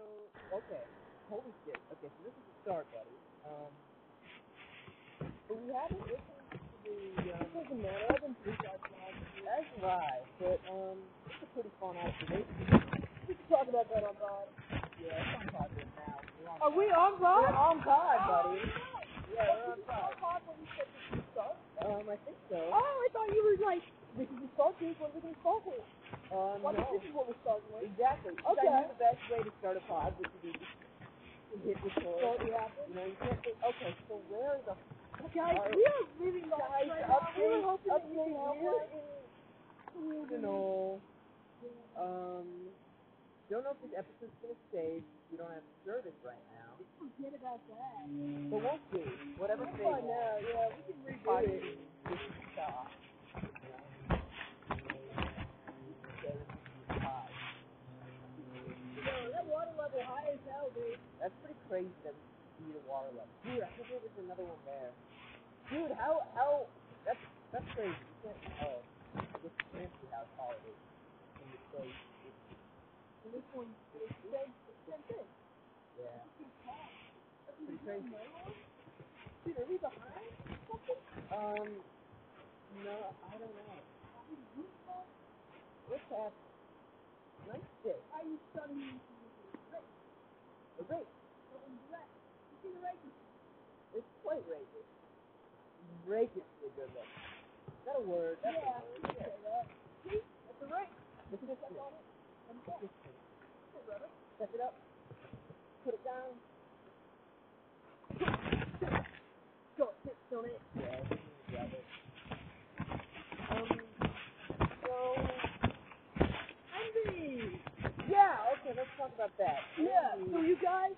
Okay. Holy shit. Okay, so this is the start, buddy. Um, but we haven't listened to the. Uh, it doesn't matter. I've been through that last year. That's right. But um, it's a pretty fun observation. We can talk about that on God. Yeah, it's on God right now. We're on Are we on Oh, We're God? on God, buddy. Yeah, we're on God. Um, I think so. Oh, I thought you were like, This is the start date. What are we going to start with? Um, What if no. this is what we're starting with? Exactly. Which Okay. I knew the best way to start a pod would be to just hit So, record. yeah. You know, you can't think, okay, so where the Guys, Alright. we are living life guys right now. up We were in, hoping up that you in, could hear it. you know, um, don't know if this episode's gonna save. We don't have service right now, Forget about that. but we'll see. Whatever We'll saves. find out. Yeah, we can redo it. Podcast. This is the pod. You know, that water level high as hell, dude. That's pretty crazy that we need a water level. Dude, I think there was another one there. Dude, how how that's that's crazy. You can't tell this fancy how tall it is in the place. And this one is same, same thing. Yeah. That's pretty crazy. Dude, are we behind something? Um no, I don't know. What's that? Nice day. Are you studying? Oh, wait. It's quite racist. Racistly good looking. Is that a word? That's Yeah, a word. you say that. See? That's a right. Look at this one. I'm back. Hey, brother. Step it up. Put it down. Go, sit, don't it. Yeah, love it. Um, so, Andy! yeah, okay, let's talk about that. Yeah, Andy, so you guys,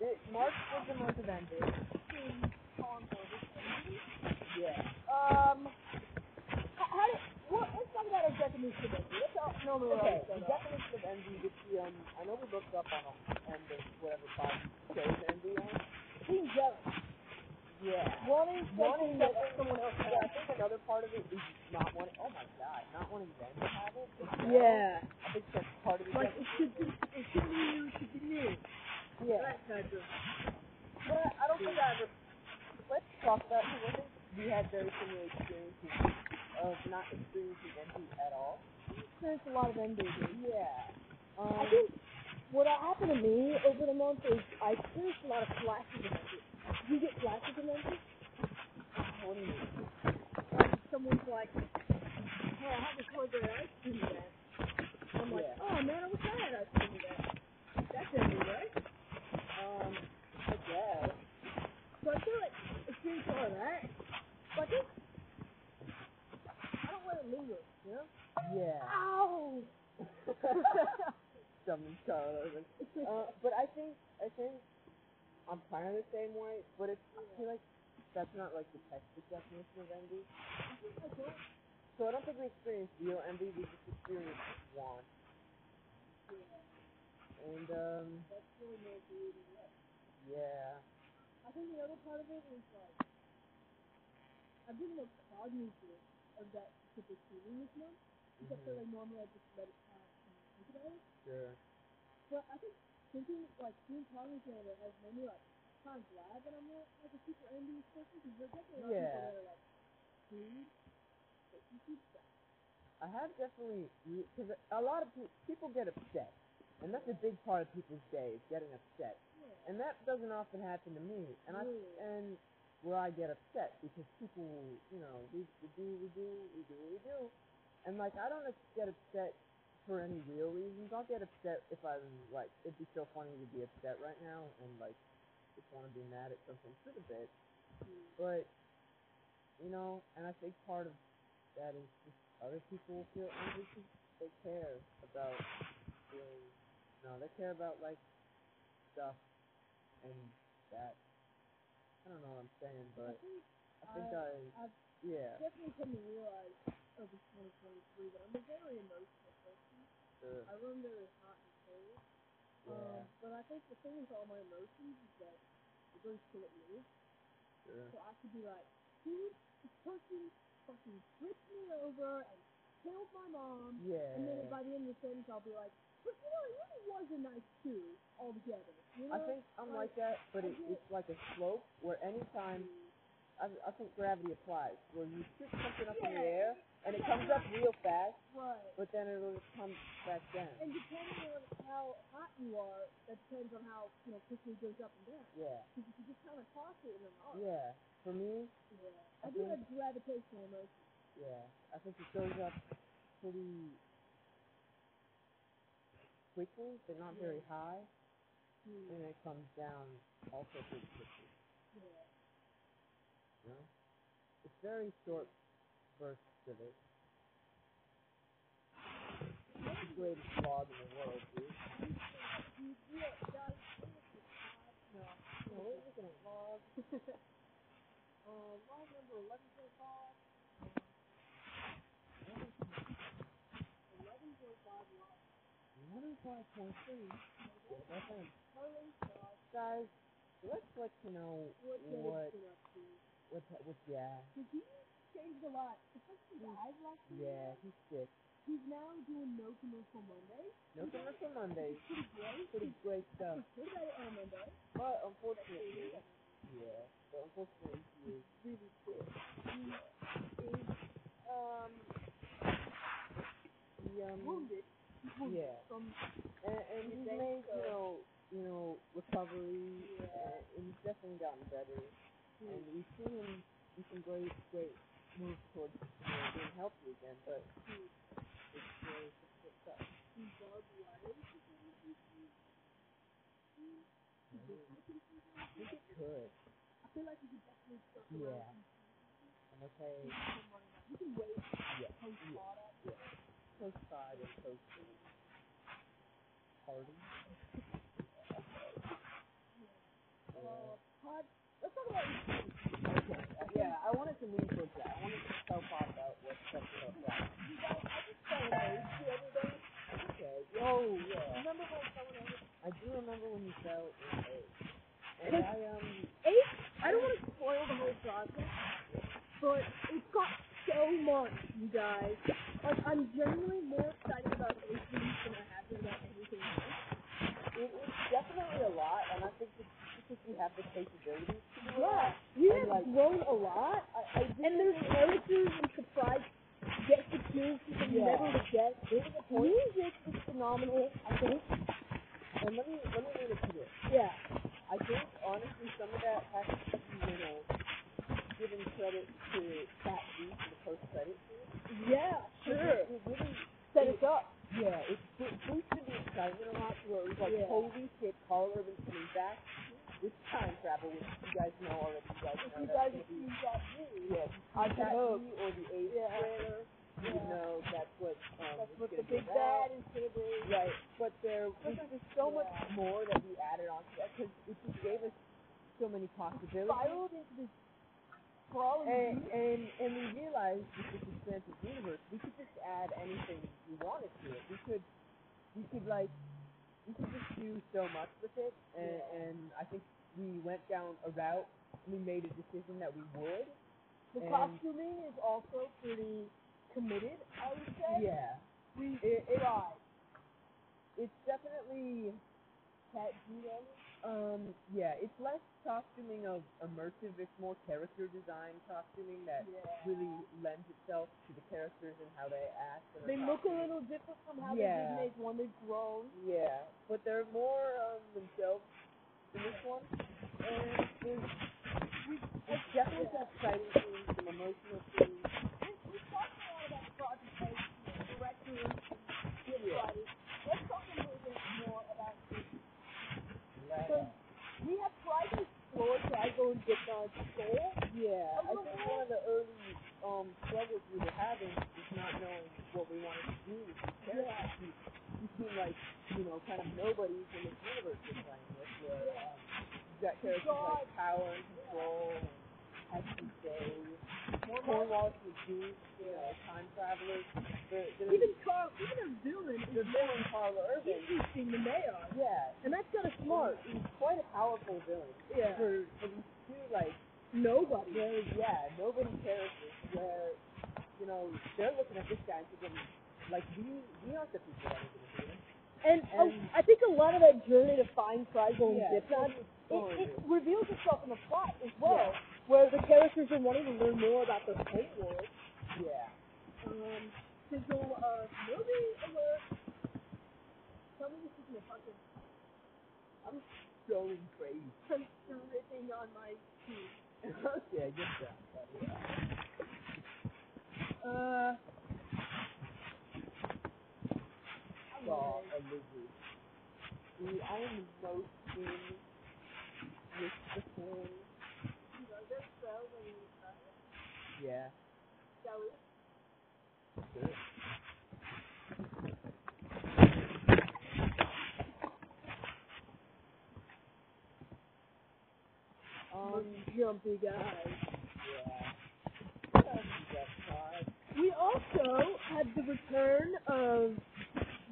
it, March was the month of ending. Yeah. um, how, how do, what, let's talk about our definition of envy. That's all, normally what Okay, I the would say. definition of envy would be, um, I know we looked up on a, on the, whatever podcast shows envy on. Being jealous. Yeah. One is One something is that something- someone else Yeah, I has. think another part of it is not wanting, oh my god, not wanting them to have it. It's- I think that's part of it. Like, it should be, it should be you, it should be new. yeah. That type of. But I, I don't think I ever. Let's talk about it. I think we had very similar experiences of not experiencing envy at all. There's a lot of envy. dude. Yeah. Um, I think what happened to me over the month is I experienced a lot of flashes of envy. Do you get flashes of envy? What do you mean? someone's like, hey, I had this strawberry ice cream today. I'm like, Yeah. oh man, I wish I had ice cream today. That's envy, right? Um, I guess. So I feel like it's been all of that. But I think, I don't let it linger, you know? Yeah. Ow! Something Carl over. Uh, but I think I think I'm kind of the same way. But it's I feel like that's not like the textbook definition of envy. So I don't think we experienced real envy. We just experienced want. And um. Yeah. I think the other part of it is like, I've been like cognizant of that specific feeling this month. Because I feel Mhm. like normally I just let it pass and not think about it. Sure. But I think thinking like being cognizant of it has made me like kind of glad that I'm not like a super envious person because there's definitely a lot of people Yeah. that are like, dude, but you keep that. I have definitely because a lot of pe- people get upset, and that's a big part of people's day is getting upset, Yeah. and that doesn't often happen to me. And I Yeah. and where I get upset because people, you know, we, we do, we do, we do, we do, and like I don't get upset for any real reasons. I'll get upset if I'm like it'd be so funny to be upset right now and like just want to be mad at something for a bit, but you know, and I think part of that is just other people feel angry because they care about feeling. No, they care about like stuff and that. I don't know what I'm saying, I but think I think I, I've yeah, definitely come to realize over 2023 that I'm a very emotional person. sure, I run very hot and cold. yeah, Um, but I think the thing with all my emotions is that it goes to it me. sure. So I could be like, dude, this person fucking flipped me over and killed my mom. Yeah, And then by the end of the sentence, I'll be like, But you know, it really was a nice two altogether. You know? I think I'm like that, but it, it's like a slope where anytime I, I think gravity applies, where you shoot something up in the air and it comes up real fast, Right. but then it'll come back down. And depending on how hot you are, that depends on how you know quickly it goes up and down. Yeah, Because you just kind of toss it and then oh yeah. For me, yeah. I do have gravitational emotion. yeah. I think it goes up pretty quickly, but not very high, Hmm. and it comes down also pretty quickly. Yeah. You know? It's very short bursts of it. That's the greatest vlog in the world, dude. You feel it does. No. You know, we're looking at vlogs. Um, log number eleven point five. Eleven point five log. What is that point three? Curling log. Guys, let's let you know What did what it get up to? what what yeah. Because he changed a lot. Especially live last year. Yeah, he's sick. He's now doing no commercial Mondays. No commercial Mondays. Pretty great. Pretty great stuff. What about it on a Monday? But unfortunately Yeah. But unfortunately he is really sick. He is um he, um Wounded. yeah. From And, and he's made, you know, you know, recovery uh, and he's definitely gotten better. and we've seen him do some great, great moves towards you know, being healthy again, but it's really difficult stuff. barbed wire. I think it could. I feel like you could definitely start Yeah. I'm okay. You can wait Yeah. post product. Coast side and coast three. Party. Uh, pod. Let's talk about these Yeah, I wanted to lean towards that. I wanted to tell Pop about what's up with that. Okay. Oh, yeah. Remember when someone else I do remember when you fell in eight. And I, um, Eight? I don't want to spoil the whole process, but it got so much, you guys. Like, I'm genuinely more excited about eight weeks than I have been about anything else. it, it's definitely a lot, and I think it's because we have the capabilities to do it. Yeah, we And, have like- grown a lot, I, I and there's characters and surprise get secures that you Yeah. never would get. Music is phenomenal, I think. And let me let me read it to you. Yeah. I think honestly some of that has to be, you know, giving credit to Pat B for the post credit scene. Yeah, sure. It, it really Set us up. yeah, it bo- boosted the excitement a lot to where it was like, Yeah. holy shit, Carl Urban's coming back with time travel, which you guys know already. You guys If know you that's guys gonna have be- seen that movie, yeah, I Pat can hope. B or the Eighth Yeah. Square, you Yeah. know that's what um That's is what the gonna be big about. bad is gonna be. Right, but there was Because just so much yeah. more that we added on to that because it just gave us so many possibilities. Spiraled into this crawling And, beast. and and we realized with this expansive universe, we could just add anything we wanted to it. We could we could like we could just do so much with it, and Yeah. and I think we went down a route. We made a decision that we would. The and- costuming is also pretty committed, I would say. Yeah, We it, it uh, tried. it's definitely That Gino, Um, yeah, it's less costuming of immersive, it's more character design costuming that Yeah. really lends itself to the characters and how they act. And They are look a costumed. little different from how Yeah. they did make one. They've grown. Yeah, but they're more um, themselves in this one. And there's, it's definitely some exciting scenes, some emotional scenes. Yeah. Let's talk a little bit more about this. Yeah. We have tried to explore Triangle and Vietnam's soul. Yeah, I think one of the early um struggles we were having is not knowing what we wanted to do with these characters. We, we seem like, you know, kind of nobodies in this universe we're playing with where um, you've got characters like power and control and Heston Day, Cornwall the Jews, you know, time travelers. They're, they're, Even Carl, even a villain is the villain Carla Urban. interesting than they are. Yeah. And that's kind of smart. He's he's quite a powerful villain. Yeah. For, for these two, like, Nobody. There's, yeah, nobody cares where, you know, they're looking at this guy and thinking, like, we, we aren't the people that are going to do this. And, oh, And- I think a lot of that journey to find Fraggle and Yeah, Dipnod, story. it, it reveals itself in the plot as well, where the characters are wanting to learn more about their fate world. Yeah. Um, sizzle of movie alert. Tell me this isn't a fucking Going crazy. I'm dripping on my teeth. okay, good job, buddy. E, Uh, Saw a lizard. See, I am the most in with the thing. Yeah. um, jumpy guys. Yeah. We also had the return of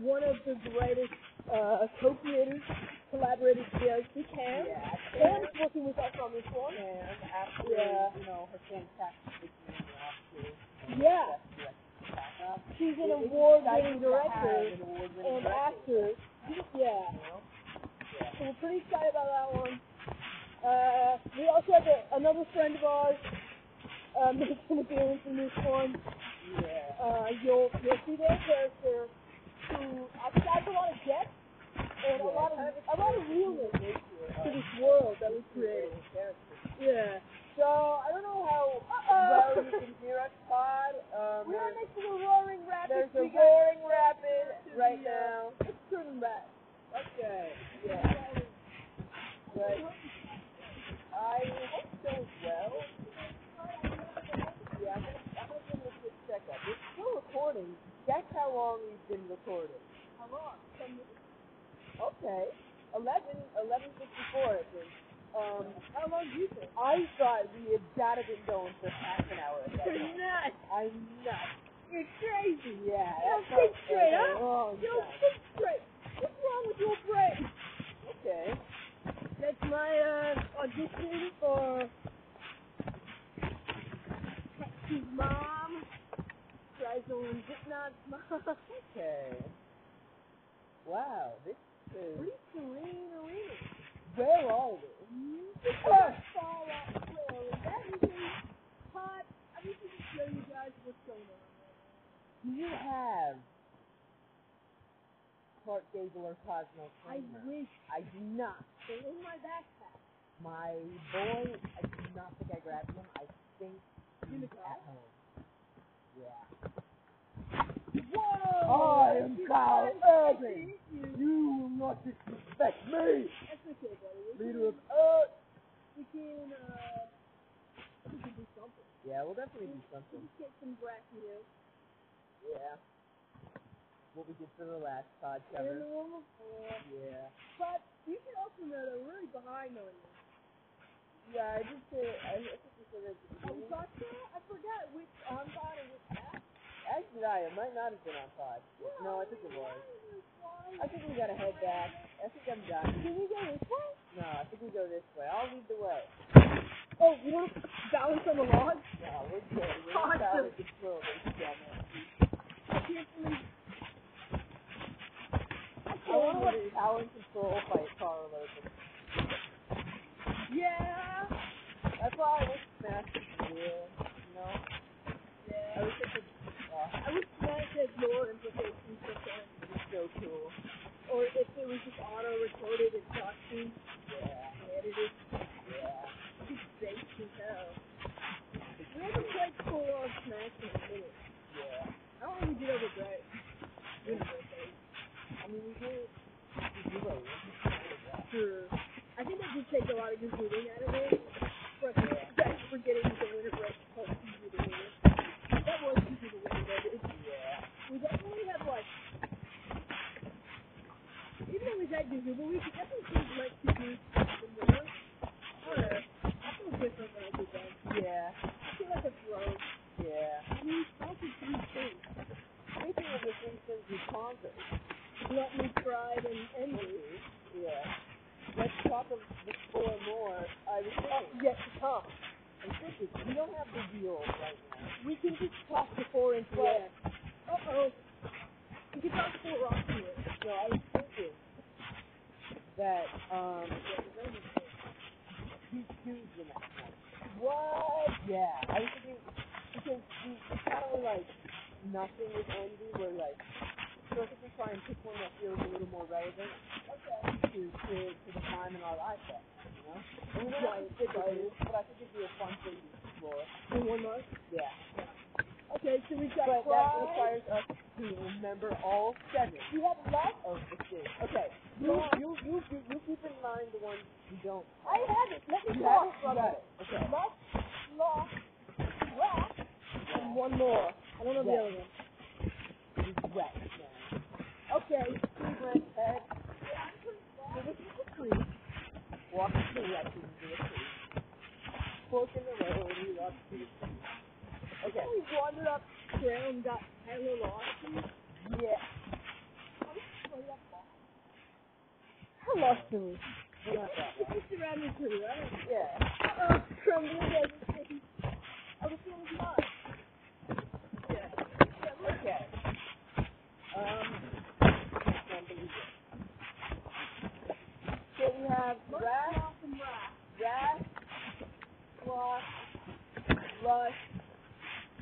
one of the greatest uh, co-creators, collaborators here, Steve Cam. Yeah. Cam is working with us on this one. And after, Yeah. you know, her fantastic beginning last year, Yeah, back up. she's an It- it's award-winning exciting to have director an award-winning and director, actor. Yeah, you know? so we're pretty excited about that one. Uh, we also had a, another friend of ours uh, make an appearance in this one. Yeah. uh, you'll you'll see their character who adds a lot of depth and a lot of a lot of realness to this world that we created. Yeah. So I don't know how. Uh Well, you oh. can hear us, Pod. Um, We are there's, next to the roaring rapids. there's a we go roaring rapid to right the, uh, now. Let's turn them back. Okay. Yeah. But I hope so as well. Yeah, I'm gonna, I'm gonna give it a quick checkup. It's still recording. That's how long we've been recording. How long? Ten minutes. Okay. 11, 11.54 it is. Um, How long do you think? I thought we had gotta been going for half an hour at that You're point. nuts. I'm nuts. You're crazy. Yeah. Yo, that felt think straight, like a huh? long Yo, time. think straight. What's wrong with your brain? Okay. That's my uh, audition for Patsy's mom, Drizzle and Hypnot's mom. Okay. Wow, this is Pretty serene arena. where are we? Music will fall out well and everything. But I just need to show you guys what's going on. Do you have Clark Gable or Cosmo I Kramer? wish I do not. they're in my backpack. My boy, I do not think I grabbed him. I think In he's the car? at home. Yeah. Whoa! I am Kyle Urban. You will not disrespect me, That's okay, buddy. We leader can, of uh, Earth. we can, uh, we can do something. Yeah, we'll definitely do We something. can get some brack here. Yeah. What we did for the last They're in podcast. the room of four. uh, Yeah. But you can also know they're really behind on this. Yeah, I just did. I, I think we said it at the On beginning. Gotcha, I forgot which on God and which app. Actually, I it might not have been on pod. No, I think it was. I think we gotta head back. I think I'm done. Can we go this way? No, I think we go this way. I'll lead the way. Oh, you want to balance on the log? No, we're good. We're Awesome. solid with this world, ladies and gentlemen. I can't believe. I can't I wanna believe. watch Power and Control fight Carl Logan. Yeah. That's why I wish Smash was real, you know? I Yeah. wish it could, uh, I wish Smash had more implications for fans, be so cool. or if it was just auto-recorded and costumes Yeah, and edited, yeah. it's fake as hell. We haven't played full-on Smash in a minute. Yeah. I don't think we did over great. I mean, we did, we did a lot. Sure. Hmm. I think that did take a lot of good reading out of it. But thanks for getting the winter break part easy to win. That was easy to win, but it, Yeah. we definitely had like even though we had Google, but we could definitely choose like to do the more. Or I feel different when I do that. Yeah. I feel like a pro. Yeah. I mean I could do things. Speaking of the three things we conquered, Gluttony, pride and envy. yeah. Let's talk of before more. I was Oh, thinking, yes, huh. I'm thinking, we don't have the deal right now. We can just toss the four into Yeah. Uh oh. We can toss four rocks into it. So I was thinking that um he choose the next one. What? Yeah, I was thinking because we we kind of like nothing with envy. We're like supposed to try and pick one that feels a little more relevant to to to the time in our life. Then, you know, and we don't have to stick with it, but I think it'd be a fun thing to explore. In one month? Yeah, Okay, so we got but that fries. requires us to remember all seven We have left. of the things. Okay, you you you you, you keep in mind the ones you don't. I have it. Let me You talk. have it? You got it. Okay. Left, left, left, and one more. I don't know the Yeah. other one. Regret. Okay. Secret head. So this is the creek. Walk to the left into the creek. Fork in the road, we walk to the creek. Okay. We wandered up ground, got hella lost. Yeah. How lost are we? We got that It's one. just around me Oh, too, right? Yeah. Uh-oh, crumbling as it's taking. Oh, the feeling is lost. Okay. Um, can't believe it. So we have grass, grass, floss, lust.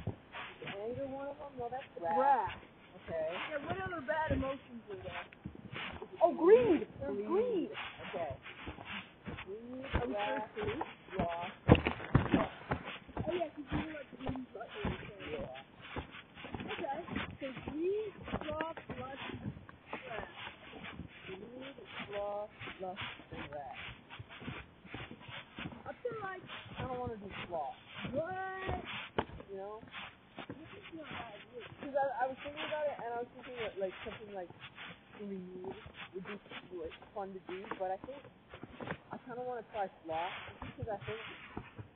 Is anger one of them? No, that's grass. Grass. Okay. Yeah, what other bad emotions are there? Oh, greed. There's Greed. greed. Okay. Greed, grass, floss. Oh, yeah, because you were like greed, but Yeah. Okay. So greed, love, lust, Greed, floss, lust, and grass. up to like I don't want to do floss, what? you know? No, Because I, I was thinking about it, and I was thinking that, like, something like greed would be, like, fun to do, but I think I kind of want to try sloth, just because I think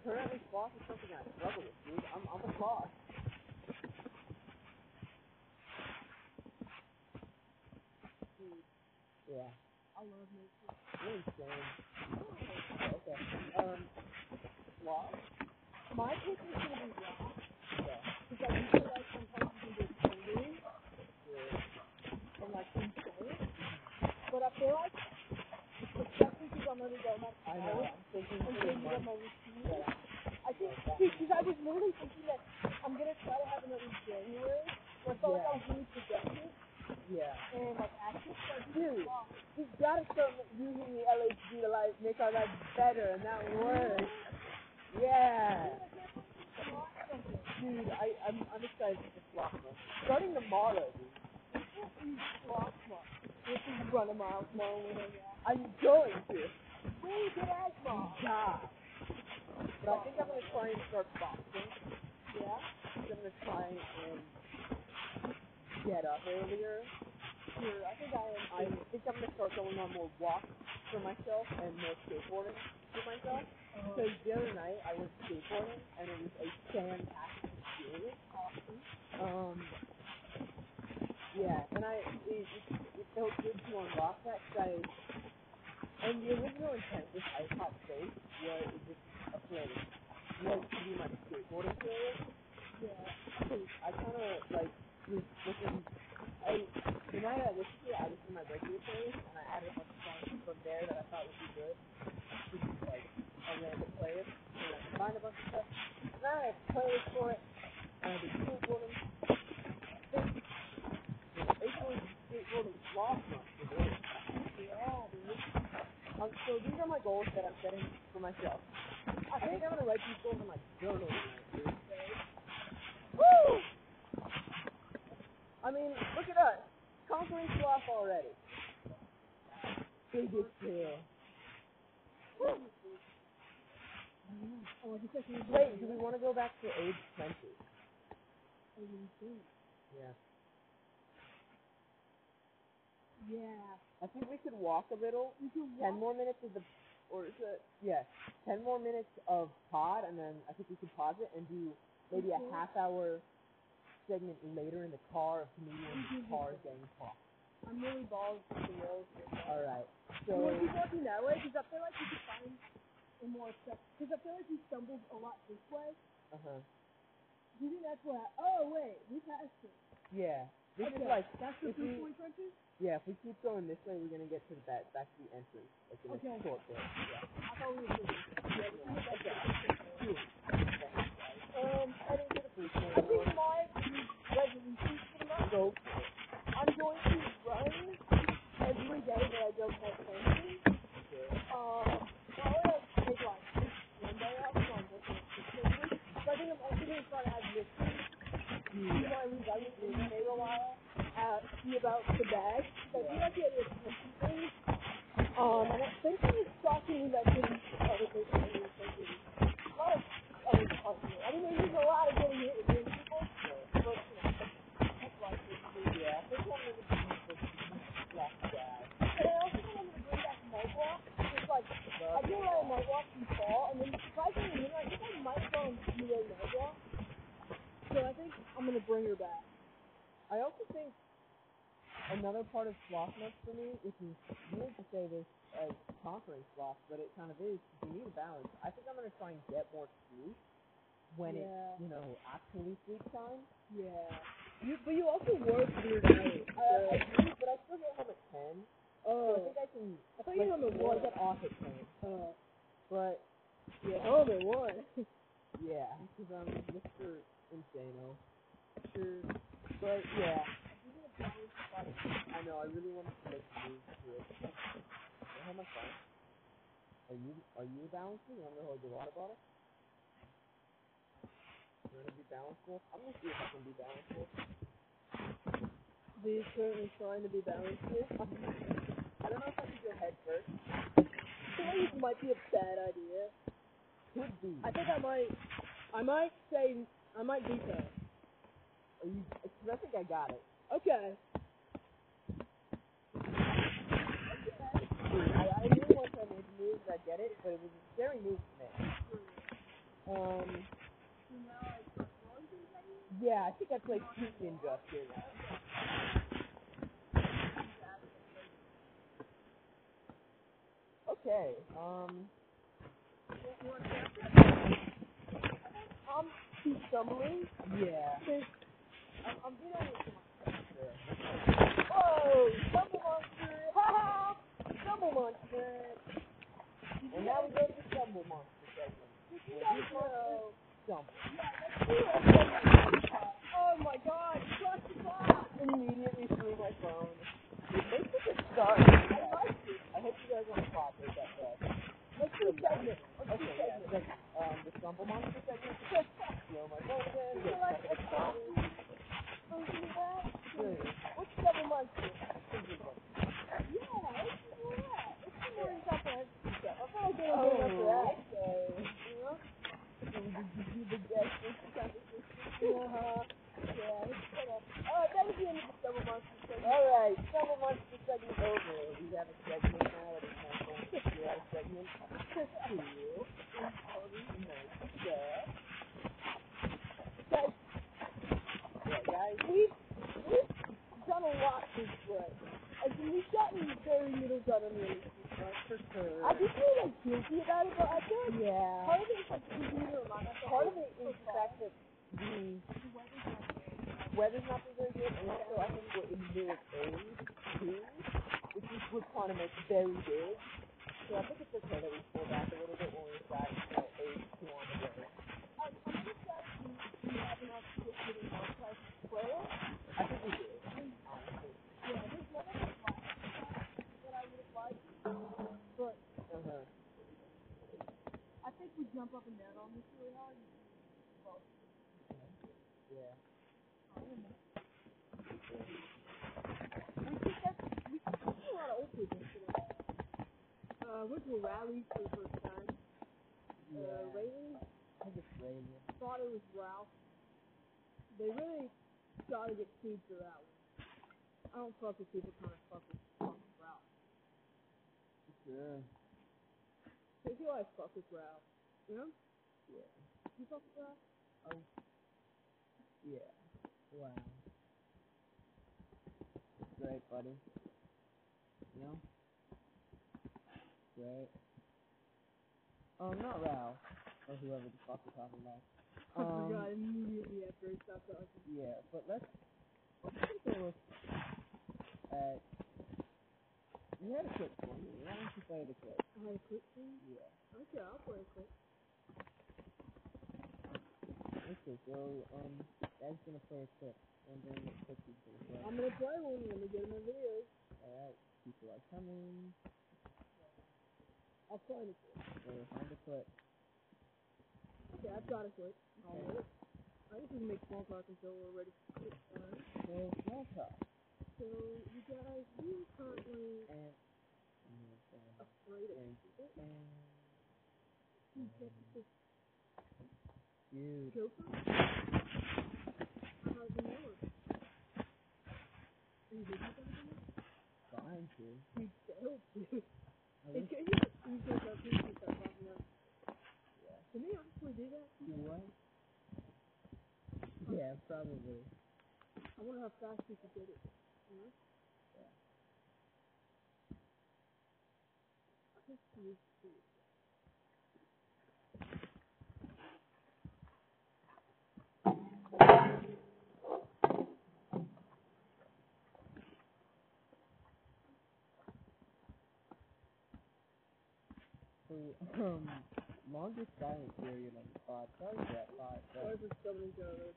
currently sloth is something I struggle with, dude. I'm, I'm a sloth. Hmm. Yeah. I love nature. You're insane. Oh, okay. Um, sloth? My pick is gonna be rock Yeah. because I feel like sometimes you can get hungry Yeah. and like insane. But I feel like especially because I'm gonna go back to I know. college I'm thinking and pretty change much. up my routine. Yeah. I think because I was literally thinking that I'm gonna try to have another January. Where I felt like I was really productive Yeah. and like active. So I did Dude, well. you've got to start using the LHD to like make our lives better and not worse. Yeah. Dude, I, I'm, I'm excited for the flock month. Starting tomorrow, dude. Walk, walk. This is run a mile tomorrow. We're gonna walk. I'm going to. Really good as mom. God. But I think I'm going to try and start boxing. Yeah. I'm going to try and get up earlier. Sure, I think I I am. think I'm going to start going on more walks for myself and more skateboarding for myself. So the other night I was skateboarding and it was a fantastic experience. Um, yeah, and I it, it, it felt good to unlock that because and the original intent with Ice Hot Space was it was a playlist, was to be my skateboarding playlist. Yeah. So I kind of like was looking. I the night I listened to it, I listened to my regular playlist and I added a bunch of songs from there that I thought would be good. Just like a random playlist, and I combined a bunch of stuff. And I had a playlist for it, and I did skateboarding. April is skateboarding last month. for me. Yeah. Um, so these are my goals that I'm setting for myself. I think I'm gonna write these goals in my journal tonight, dude. Woo! I mean, look at us. Conquering sloth already. Biggest deal. Oh, I think I can Wait, do we want to go back to age 20? Yeah. Yeah. I think we could walk a little. We can walk. 10 more minutes of the, or is it, yeah, 10 more minutes of pod, and then I think we could pause it and do maybe a Mm-hmm. half hour segment later in the car of comedians in Mm-hmm. cars getting caught. I'm really bald with the rolls. right now. Alright, You so, want to keep walking that way? Because I feel like we could find a more stuff. Because I feel like we stumbled a lot this way. uh huh. Do you think that's why? Oh wait, we passed it. Yeah, This is Okay. like That's the If you- three-point fences? yeah, if we keep going this way, we're gonna get to the back back to the entrance, like in Okay. a short bit. I thought we were doing Um, I didn't get a free point. I think my resolution for the month, Go. I'm going to run every day that I don't have fences. Um, I only have to take like one day off, so I'm working on six days. So I think I'm also going to try to have this week you Yeah. know, we run with the name a while, uh, see about the bag. But we don't get with things. Um, and I think he was talking about getting other people in the city. A lot of other talking. I mean, there's a lot of getting hit with young people. But, you know, that's why it's easy. Yeah. This one was a black guy. And I also think I'm going to bring back night walk. Just like, I do a lot of night walks in fall, and then surprisingly, you know, I think I might go and do a night walk. So I think I'm going to bring her back. I also think another part of sloth nuts for me, which is weird to say this as conquering sloth, but it kind of is, you need a balance. I think I'm gonna try and get more sleep when Yeah. it's you know actually sleep time. Yeah. You but you also work weird hours. I, Uh, I Yeah. do, but I still get home at ten. So I Oh. think I can. I thought you were on the well, one. I get off at ten, Oh. but Yeah. Oh, the one. yeah, because I'm Mr. Insano. Sure. But yeah. I know. I really want to make moves to it. I have my phone. Are you are you balancing? I'm gonna hold the water bottle. You're gonna be balanceful. I'm gonna see if I can be balanceful. He's currently trying to be balanced here. I don't know if I can go head first. I think this might be a bad idea. Could be. I think I might, I might say, I might do so. Are you? Cause I think I got it. Okay. I, I knew once I made the moves, I get it, but it was a scary move to make. Um. Yeah, I think I played Peak Ninja here now. Okay, um, I'm too stumbling. yeah. There's, I'm, I'm doing it. Whoa! Oh, Double monster! Ha ha! Double monster! And now we go to Stumble Monster segment. Double. Stumble. Oh my god! Shut the fuck! Immediately threw my phone. It makes such a start. I like it. I hope you guys want to cooperate that bad. Let's do a segment. Let's do Okay, a yeah, segment. so, um, the Stumble Monster segment. Yo, my girlfriend. You like a double version of that? What's double monster? Yeah, let's do that. Let's do more comprehensive stuff. I feel like they were doing after that. You know? Uh-huh. Yeah, let's put up. Alright, that was the end of the double monster segment. Alright, Stumble Monster segment over. We have a segment now that is not going to be our segment. Two. Guys, Yeah, guys. we've, we've done a lot this way. And we've gotten very little done on the For sure. I just feel like guilty about it, but I feel like yeah. part of it is like easy to remind myself. Part of it is the fact that the Hmm. weather's not been very good, and also I think we're in the middle of Aries, too, which is we're trying to make very big. So I think it's okay that we pull back a little bit when we decide to get Aries 2 on the way. Um, I think we did. honestly. Uh-huh. I think we jump up and down on this really hard. Yeah. a lot of old people Uh, went to a rally for the first time. Uh, Yeah. Rayleigh I think it's raining. thought it was Ralph. They really tried to get sued for that one. I don't fuck with people trying to fuck with fuck with Ralph. Yeah. They do always fuck with Ralph. You know? Yeah. You fuck with Ralph? Yeah. Wow. Great, buddy. You know? Great. Oh, not Ralph. Or whoever the fuck we're talking about. I Um, forgot immediately after I stopped talking. yeah, but let's I think there was. Uh, you had a clip for me. Why don't you play the clip? I had a quick thing. Yeah. Okay, I'll play a quick. Okay, so um, that's gonna play a clip, and then the clip is gonna play. I'm gonna play one when we get in my videos. Alright, people are coming. I'll find it. They will find a clip. Okay, I've got a quick. Okay. Alright. I just didn't make small talk until we're ready. Alright. So small talk So you guys, we are currently and. afraid of and- people. and- You get to just Dude, choke them? How do you know it? You didn't tell them? behind you. You failed, dude. I It wish could be like easier if I couldn't keep that button up. Yeah. Can they actually do that? you what? Yeah, probably. I wonder how fast you could get it. You know? Yeah. I think you see it. So, um, longest silent period on the pod. Sorry for that pod, Or but if it's something to go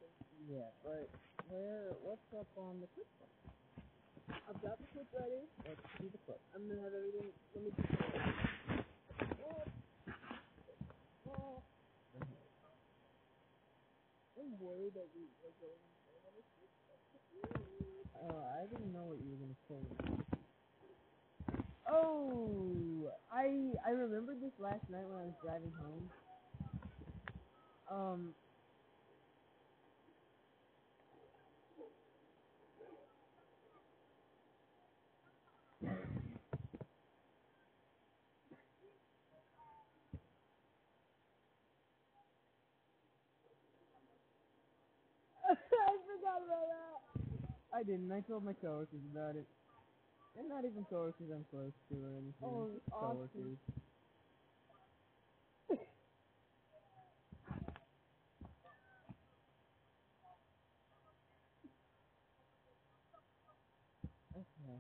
yeah, but where? What's up on the clip? I've got the clip ready. Let's see the clip. I'm gonna have everything. Let me just. Oh. I'm worried that we are going. Oh, I didn't know what you were gonna say. Oh, I I remembered this last night when I was driving home. Um. I forgot about that. I didn't. I told my coworkers about it. And not even coworkers I'm close to or anything. Oh, just awesome. coworkers. Okay.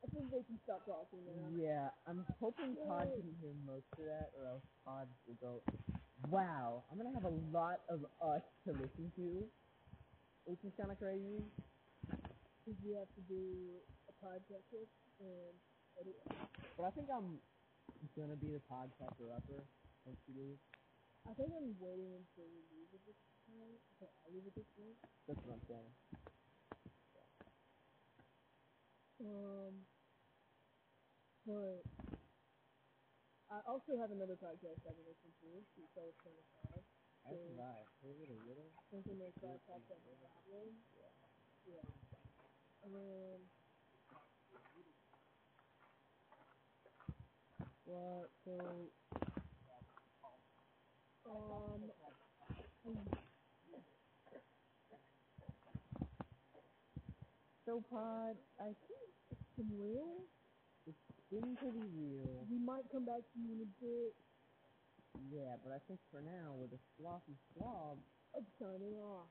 I think they can stop talking now. Yeah, I'm hoping Todd Yay. can hear most of that, or else Todd will go, wow, I'm gonna have a lot of us to listen to, which is kind of crazy. Because we have to do a podcast with and edit. But I think I'm gonna be the podcaster upper, hopefully. I think I'm waiting until we leave at this point. Okay, I leave at this point. That's what I'm saying. Um, but I also have another podcast I've been listening to. It's called Twenty Five. I Mm. survived. A little, little. Something like that. Podcast with Goblin. Yeah. And then Well, so, um, so Pod, I think some real. it's been pretty real. We might come back to you in a bit Yeah, but I think for now, with a sloppy slob, of signing off.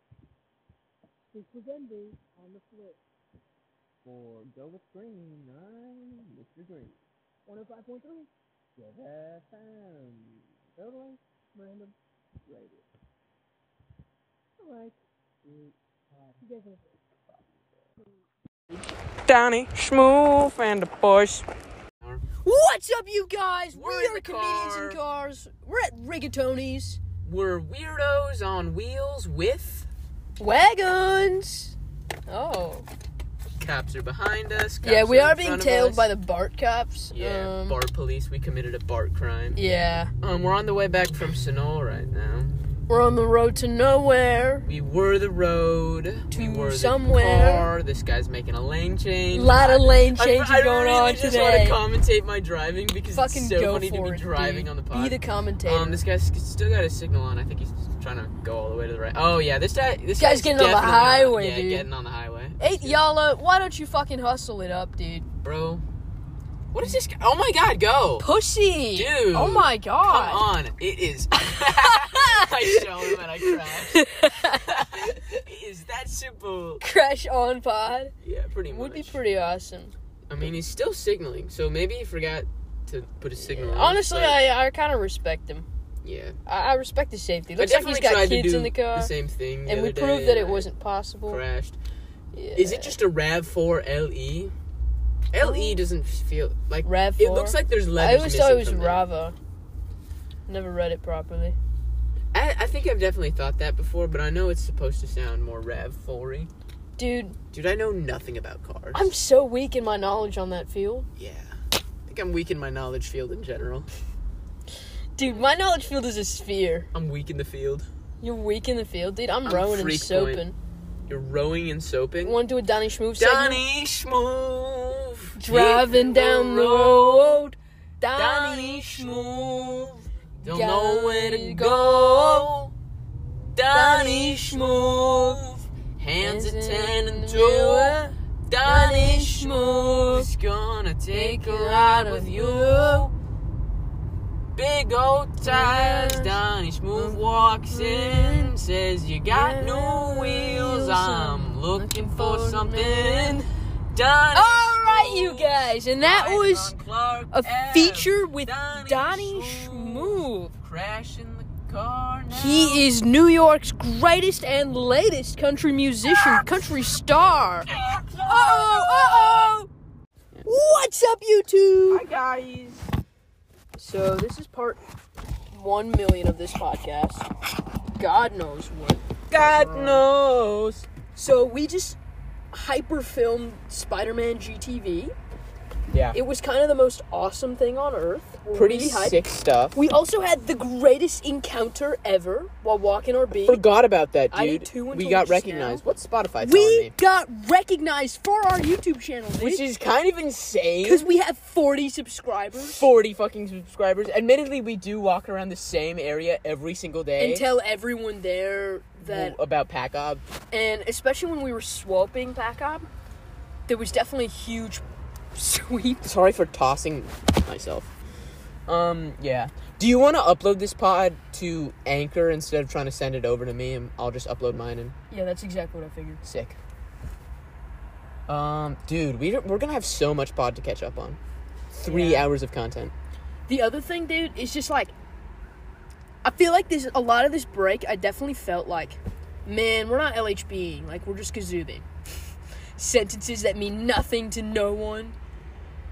This was ending on the flip. for Go With Green, I'm Mr. Green. 105.3, Yeah, that time. Totally. random. Rated. Alright, Eight, five, you guys have a Donnie, Schmoof, and the boys. What's up, you guys? We're We're in the comedians in cars. We're at Rigatoni's We're weirdos on wheels with wagons. Oh, cops are behind us. Cops yeah, we in are being front of us. tailed by the Bart cops. yeah um, BART police. We committed a BART crime. yeah. Um, we're on the way back from Sonol right now. We're on the road to nowhere. We were the road. we To were somewhere. The car. This guy's making a lane A change. lot of lane I- changes I, going really on just today. want to commentate my driving because Fucking it's so go funny for to be it, driving dude. on the pod. Be the commentator. Um, this guy's still got his signal on. I think he's trying to go all the way to the right. Oh yeah, this guy. This Guy's getting on the definitely- highway, Yeah, dude. getting on the highway. Eight Yala, why don't you fucking hustle it up, dude? bro. What is this? Guy? Oh my god, go! Pussy. Dude. Oh my Come god. on, it is. I showed him and I crashed. it is that simple. Crash on pod Yeah, pretty much. would be pretty awesome. I mean, he's still signaling, so maybe he forgot to put his signal. on, Honestly, but- I, I kind of respect him. yeah. I, I respect his safety. I Looks like he's definitely got tried to kids do in the car, the same thing, the and we other proved day, that it and I wasn't possible. crashed. Yeah. Is it just a Rav Four LE? LE E doesn't feel like Oh. Rav It four? looks like there's letters. I always thought it was missing from there. Rava. Never read it properly. I, I think I've definitely thought that before, but I know it's supposed to sound more Rav Four-y. Dude, Dude, I know nothing about cars. I'm so weak in my knowledge on that field. yeah. I think I'm weak in my knowledge field in general. Dude, my knowledge field is a sphere. I'm weak in the field. You're weak in the field, dude. I'm, I'm rowing and freak soaping. point. You're rowing and soaping. Want to do a Donnie Schmoove segment? Donnie Schmoove. Driving Hit down the road. Donnie Schmoove. Don't Gotta know where to go. go. Donnie Donnie Schmoove. Hands at Isn't ten and it two. real? Donnie Donnie Schmoove's gonna take a ride with you. Big old tires, Donnie Schmoove walks in, says you got new wheels. I'm looking for something. Donnie. Alright, you guys, and that Schmoove, was John Clark a Ave. feature with Donnie Donnie Schmoove. crashing the car. Now. He is New York's greatest and latest country musician, country star. Uh oh, uh oh! What's up, YouTube? Hi guys. So, this is part one million of this podcast. God knows what. God knows. So, we just hyper filmed Spider Man GTV. Yeah. It was kind of the most awesome thing on earth. We're Pretty really hyped. sick stuff. We also had the greatest encounter ever while walking our beat. Forgot about that, dude. I did too until we got just recognized. now. What's Spotify telling We me? got recognized for our YouTube channel, Which is kind of insane. because we have 40 subscribers 40 fucking subscribers. Admittedly, we do walk around the same area every single day. and tell everyone there that, about Packob. and especially when we were swapping back up, there was definitely a huge sweep. Sorry for tossing myself. Um, yeah. Do you want to upload this pod to Anchor instead of trying to send it over to me? And I'll just upload mine and Yeah, that's exactly what I figured. sick. Um, dude, we don't, we're gonna have so much pod to catch up on. Three Yeah. hours of content. The other thing, dude, is just like, I feel like this a lot of this break. I definitely felt like, man, we're not LHBing, like we're just gazoobing sentences that mean nothing to no one.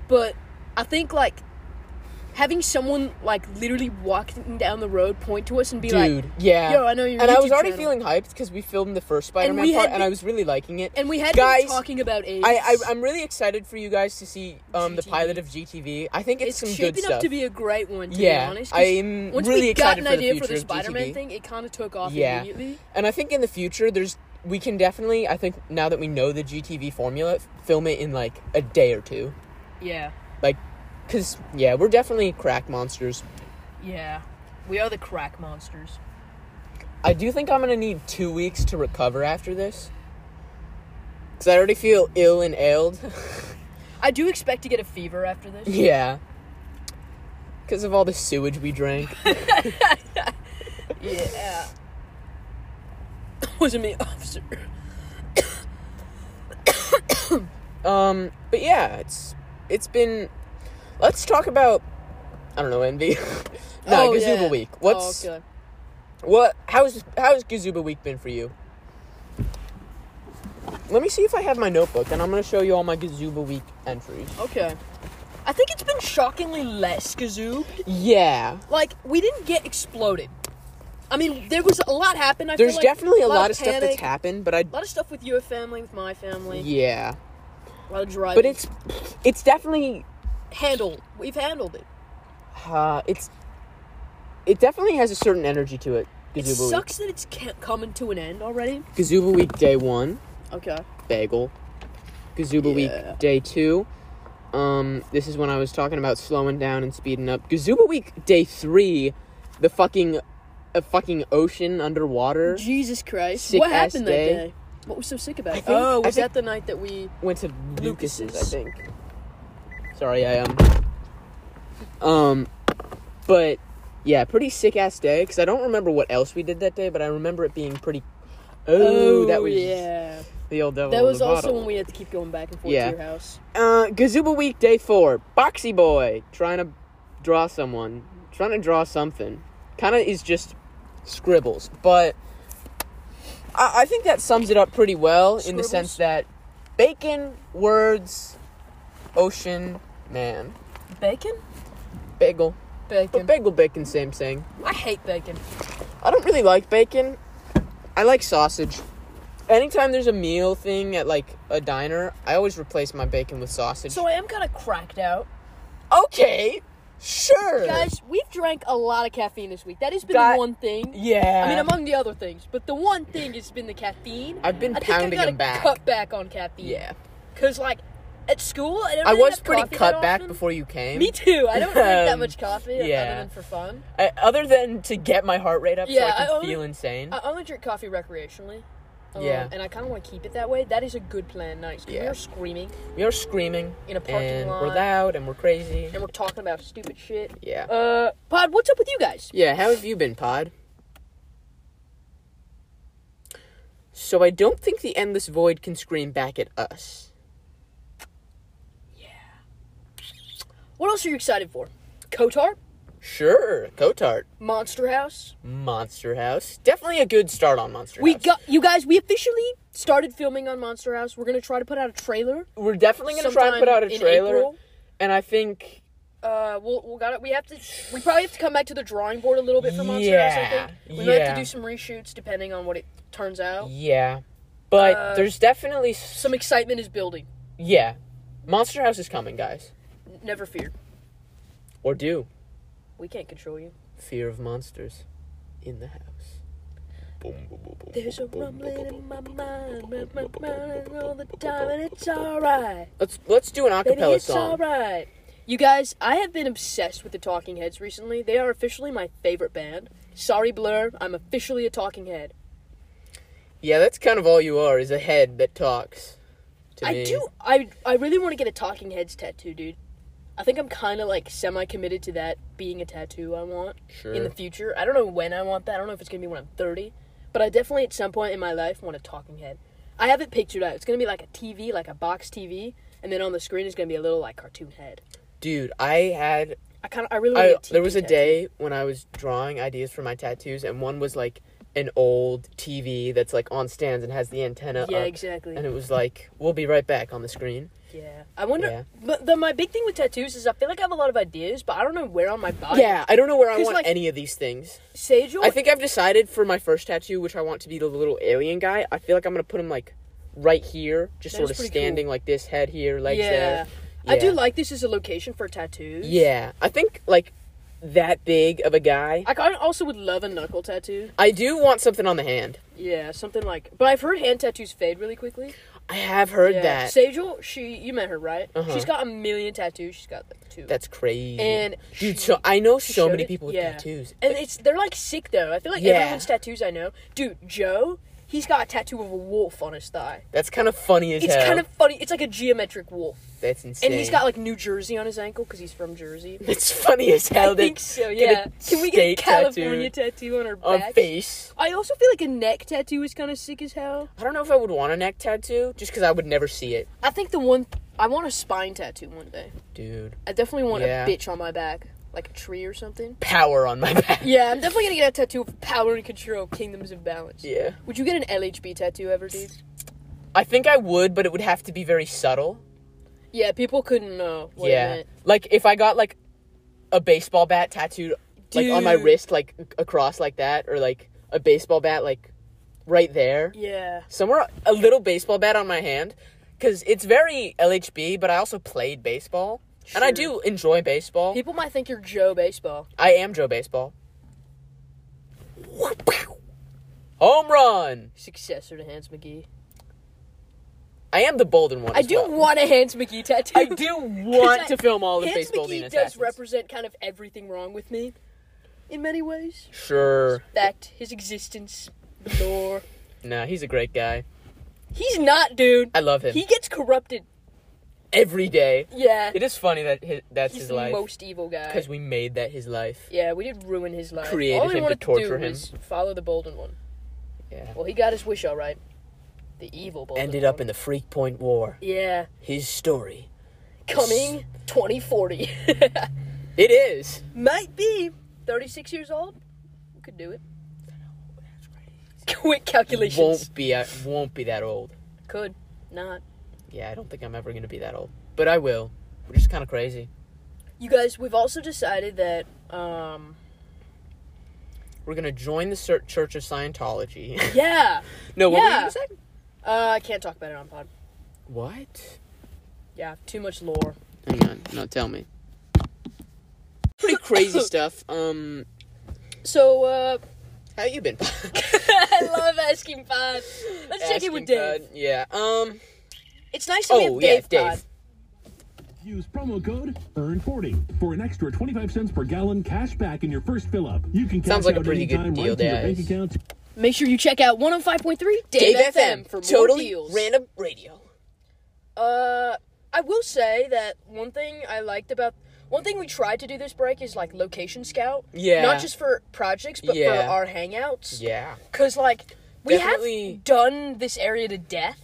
But I think like having someone like literally walking down the road point to us and be Dude, like, yeah. yo, I know your and I YouTube was already channel. feeling hyped because we filmed the first Spider-Man we part, had and I been- was really liking it. and we had guys, been talking about AIDS. I, I I'm really excited for you guys to see um the GTV. pilot of GTV. I think it's, it's some shaping good stuff. up to be a great one. To yeah, be honest, 'cause I'm once really we got excited an for the idea future for the of Spider-Man GTV. thing, it kind of took off Yeah. immediately. And I think in the future, there's we can definitely. I think now that we know the GTV formula, f- film it in like a day or two. Yeah. Like, cause yeah, we're definitely crack monsters. Yeah. We are the crack monsters. I do think I'm gonna need two weeks to recover after this. Cause I already feel ill and ailed. I do expect to get a fever after this. yeah. Cause of all the sewage we drank. Yeah. Wasn't me, officer. Um, but yeah, it's it's been. Let's talk about. I don't know, envy. no, Gazuba Week. What's Oh, okay. what? How's how's Gazuba Week been for you? Let me see if I have my notebook, and I'm gonna show you all my Gazuba Week entries. okay. I think it's been shockingly less kazoo. Yeah, Like we didn't get exploded. I mean, there was a lot happened. I feel there's like. definitely a lot, of stuff panic, that's happened, but I A lot of stuff with your family, with my family. yeah, A lot of driving. but it's it's definitely handled. We've handled it. uh, it's it definitely has a certain energy to it. It Gazuba Week. sucks that it's ca- coming to an end already. Gazuba Week day one. Okay. bagel. Gazuba Yeah. Week Day Two. Um, this is when I was talking about slowing down and speeding up. Gazuba Week Day Three, the fucking, a fucking ocean underwater. Jesus Christ. Sick what ass happened day. that day? What was so sick about I it? think- oh, I was think- that the night that we. Went to Lucas's. Lucas's, I think. Sorry, I um. Um, but yeah, pretty sick ass day. Cause I don't remember what else we did that day, but I remember it being pretty. Oh, that was yeah. the old devil. That in was the also bottle. when we had to keep going back and forth Yeah. to your house. Uh, Gazuba Week, day four. Boxy Boy trying to draw someone, trying to draw something. Kind of is just scribbles, but I, I think that sums it up pretty well in the Scribbles? sense that bacon, words, ocean, man, Bacon? bagel. Bacon. But bagel, bacon, same thing. I hate bacon. I don't really like bacon. I like sausage. Anytime there's a meal thing at like a diner, I always replace my bacon with sausage. So I am kind of cracked out. okay, sure. Guys, we've drank a lot of caffeine this week. That has been Got- the one thing. Yeah. I mean, among the other things, but the one thing has been the caffeine. I've been I think I pounding gotta them back. cut back on caffeine. Yeah. Cause like at school, I, don't I really was have pretty coffee that cut back often. before you came. Me too. I don't drink that Um, much coffee other yeah. than for fun. I, Uh, other than to get my heart rate up Yeah, so I I can only- uh, feel insane. I only drink coffee recreationally. Um, Yeah. And I kind of want to keep it that way. That is a good plan. Nice. Yeah. We're screaming we are screaming in a parking and lot, we're loud and we're crazy. and we're talking about stupid shit. Yeah. Uh, Pod, what's up with you guys? yeah, how have you been, Pod? So I don't think the endless void can scream back at us. What else are you excited for? Kotar, Sure, Cotart. Monster House. Monster House. Definitely a good start on Monster We House. got you guys. We officially started filming on Monster House. We're gonna try to put out a trailer. We're definitely gonna try and put out sometime a in trailer. April. And I think Uh, we'll we'll got it. We have to. We probably have to come back to the drawing board a little bit for Monster House. I Yeah, think we might have yeah. to do some reshoots depending on what it turns out. yeah. But Uh, there's definitely some Some excitement is building. Yeah. Monster House is coming, guys. N- Never fear. Or do. We can't control you. Fear of monsters in the house. Boom, boom, boom, boom, There's a boom, boom, boom, rumbling boom. in my mind, my, my mind all the time, and it's alright. Let's let's do an Baby, acapella it's song. alright. You guys, I have been obsessed with the Talking Heads recently. They are officially my favorite band. Sorry, Blur, I'm officially a Talking Head. Yeah, that's kind of all you are is a head that talks. To I me. do. I I really want to get a Talking Heads tattoo, dude. I think I'm kind of like semi committed to that being a tattoo I want Sure. in the future. I don't know when I want that. I don't know if it's gonna be when I'm 30, but I definitely at some point in my life want a Talking Head. I have it pictured out. It's gonna be like a TV, like a box TV, and then on the screen is gonna be a little like cartoon head. Dude, I had I kind of I really want I, to. there was a day when I was drawing ideas for my tattoos, and one was like an old TV that's like on stands and has the antenna Yeah, up, exactly. and it was like, "We'll be right back" on the screen. Yeah. I wonder. Yeah. But the, my big thing with tattoos is I feel like I have a lot of ideas, but I don't know where on my body. Yeah, I don't know where I 'Cause, want like- any of these things. Sage. I think I've decided for my first tattoo, which I want to be the little alien guy. I feel like I'm gonna put him like right here, just That sort is of pretty standing like this, head here, legs yeah. there. I do Yeah. like this as a location for tattoos. Yeah, I think like that big of a guy. I kind of also would love a knuckle tattoo. I do want something on the hand. Yeah, something like. But I've heard hand tattoos fade really quickly. I have heard yeah. that. Sejal, she you met her right? Uh-huh. She's got a million tattoos. She's got like two. That's crazy. and Dude, she- so I know she so showed many it- people with yeah. tattoos. and it's they're like sick though. I feel like Yeah. everyone's tattoos I know. Dude, Joe, he's got a tattoo of a wolf on his thigh. That's kind of funny as It's hell. kind of funny. It's like a geometric wolf, that's insane. and he's got like New Jersey on his ankle because he's from Jersey. That's funny as hell. I think that- get a so. Yeah. Can we get state a California tattoo, on her on back? face. I also feel like a neck tattoo is kind of sick as hell. I don't know if I would want a neck tattoo, just because I would never see it, I think the one I want a spine tattoo one day. dude. I definitely want Yeah. a bitch on my back, like a tree or something. Power on my back. Yeah, I'm definitely gonna get a tattoo of power and control, kingdoms of balance. Yeah. Would you get an LHB tattoo ever, dude? I think I would, but it would have to be very subtle. Yeah, people couldn't know. What yeah. It meant. Like if I got like a baseball bat tattooed like on my Dude. wrist, like across like that, or like a baseball bat like right there. Yeah. somewhere a little baseball bat on my hand because it's very LHB, but I also played baseball and I do Sure. enjoy baseball. People might think you're Joe Baseball. I am Joe Baseball. Home run! Successor to Hans McGee. I am the Bolden one. I as do well. want a Hans McGee tattoo. I do want I- to film all the Hans baseball McGee being does assassins. represent kind of everything wrong with me, in many ways. sure. That his existence, the lore. Nah, he's a great guy. He's not, dude. I love him He gets corrupted. every day. Yeah, It is funny that hi that's he's his the life most evil guy. because we made that his life. Yeah, we did ruin his life. Created All we him to wanted torture do him. was follow the Bolden one. Yeah. Well, he got his wish all right. The evil Boba Ended up Fett. in the Freak Point War. Yeah, His story. coming 2040. It is. Might be 36 years old. We could do it. Quick calculations. Won't be. I won't be that old. Could not. Yeah, I don't think I'm ever gonna be that old, but I will. We're just kind of crazy. You guys, we've also decided that um We're gonna join the Cer- Church of Scientology. yeah. no, what were you Yeah. gonna say? Uh I can't talk about it on pod. What? Yeah, too much lore. Hang on. No, tell me. Pretty crazy stuff. Um, So uh how you been? Let's I love asking pod. Let's check in with Dave. Yeah. Um. It's nice to meet Oh have yeah, Dave, Dave. pod. Use promo code EARN40 for an extra 25 cents per gallon cash back in your first fill up. You can cash Sounds like a out pretty good anytime deal, right to your bank guys. account Make sure you check out 105.3 Dave, FM for more totally deals. random radio. Uh, I will say that one thing I liked about one thing we tried to do this break is like location scout. Yeah. Not just for projects, but Yeah. for our hangouts. Yeah. Cause like we Definitely- have done this area to death.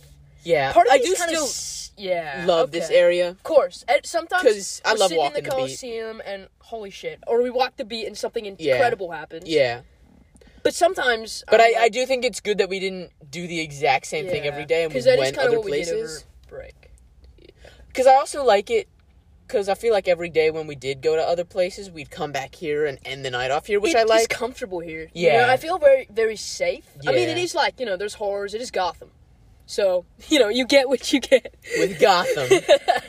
Yeah. Part of I me do is kinda still s- yeah. love okay. this area. Of course. And sometimes 'Cause I we're love sitting walking in the the beat. Coliseum and holy shit. Or we walk the beat and something Yeah. incredible happens. Yeah. But sometimes But I'm I, I like, do think it's good that we didn't do the exact same thing yeah. every day and we 'Cause that is went kinda other what we did over places. break. Because I also like it. Because I feel like every day when we did go to other places, we'd come back here and end the night off here, which It I is like. comfortable here. Yeah. you know, I feel very very safe. I mean, it Yeah. is like you know, there's horrors. It is Gotham, so you know you get what you get. with Gotham.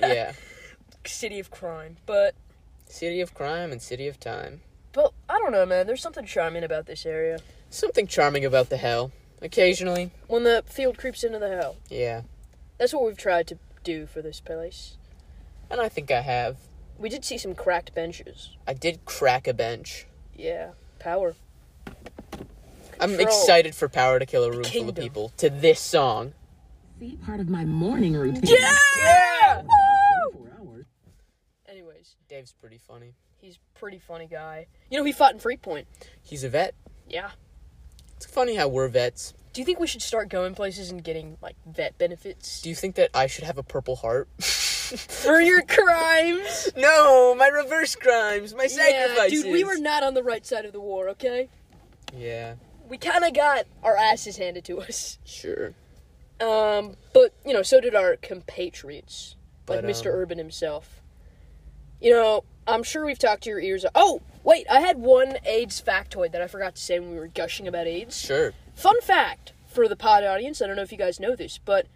yeah. City of crime, but City of crime and city of time. but I don't know, man. There's something charming about this area. Something charming about the hell. Occasionally. When the field creeps into the hell, Yeah. that's what we've tried to do for this place. And I think I have. We did see some cracked benches. I did crack a bench. Yeah, power. I'm Control. excited for Power to Kill a Room full of kingdom. people to this song. See, part of my morning routine. Yeah. for hours. Anyways, Dave's pretty funny. he's a pretty funny guy. You know, he fought in Free Point. He's a vet. Yeah. It's funny how we're vets. Do you think we should start going places and getting like vet benefits? Do you think that I should have a Purple Heart? for your crimes. no, my reverse crimes, my Yeah, dude, we were not on the right side of the war, okay? Yeah, We kind of got our asses handed to us. sure. Um, but you know, so did our compatriots, like But, Mr. um, Urban himself. You know, I'm sure we've talked to your ears. Oh, wait, I had one AIDS factoid that I forgot to say when we were gushing about AIDS. Sure. Fun fact for the pod audience, I don't know if you guys know this, but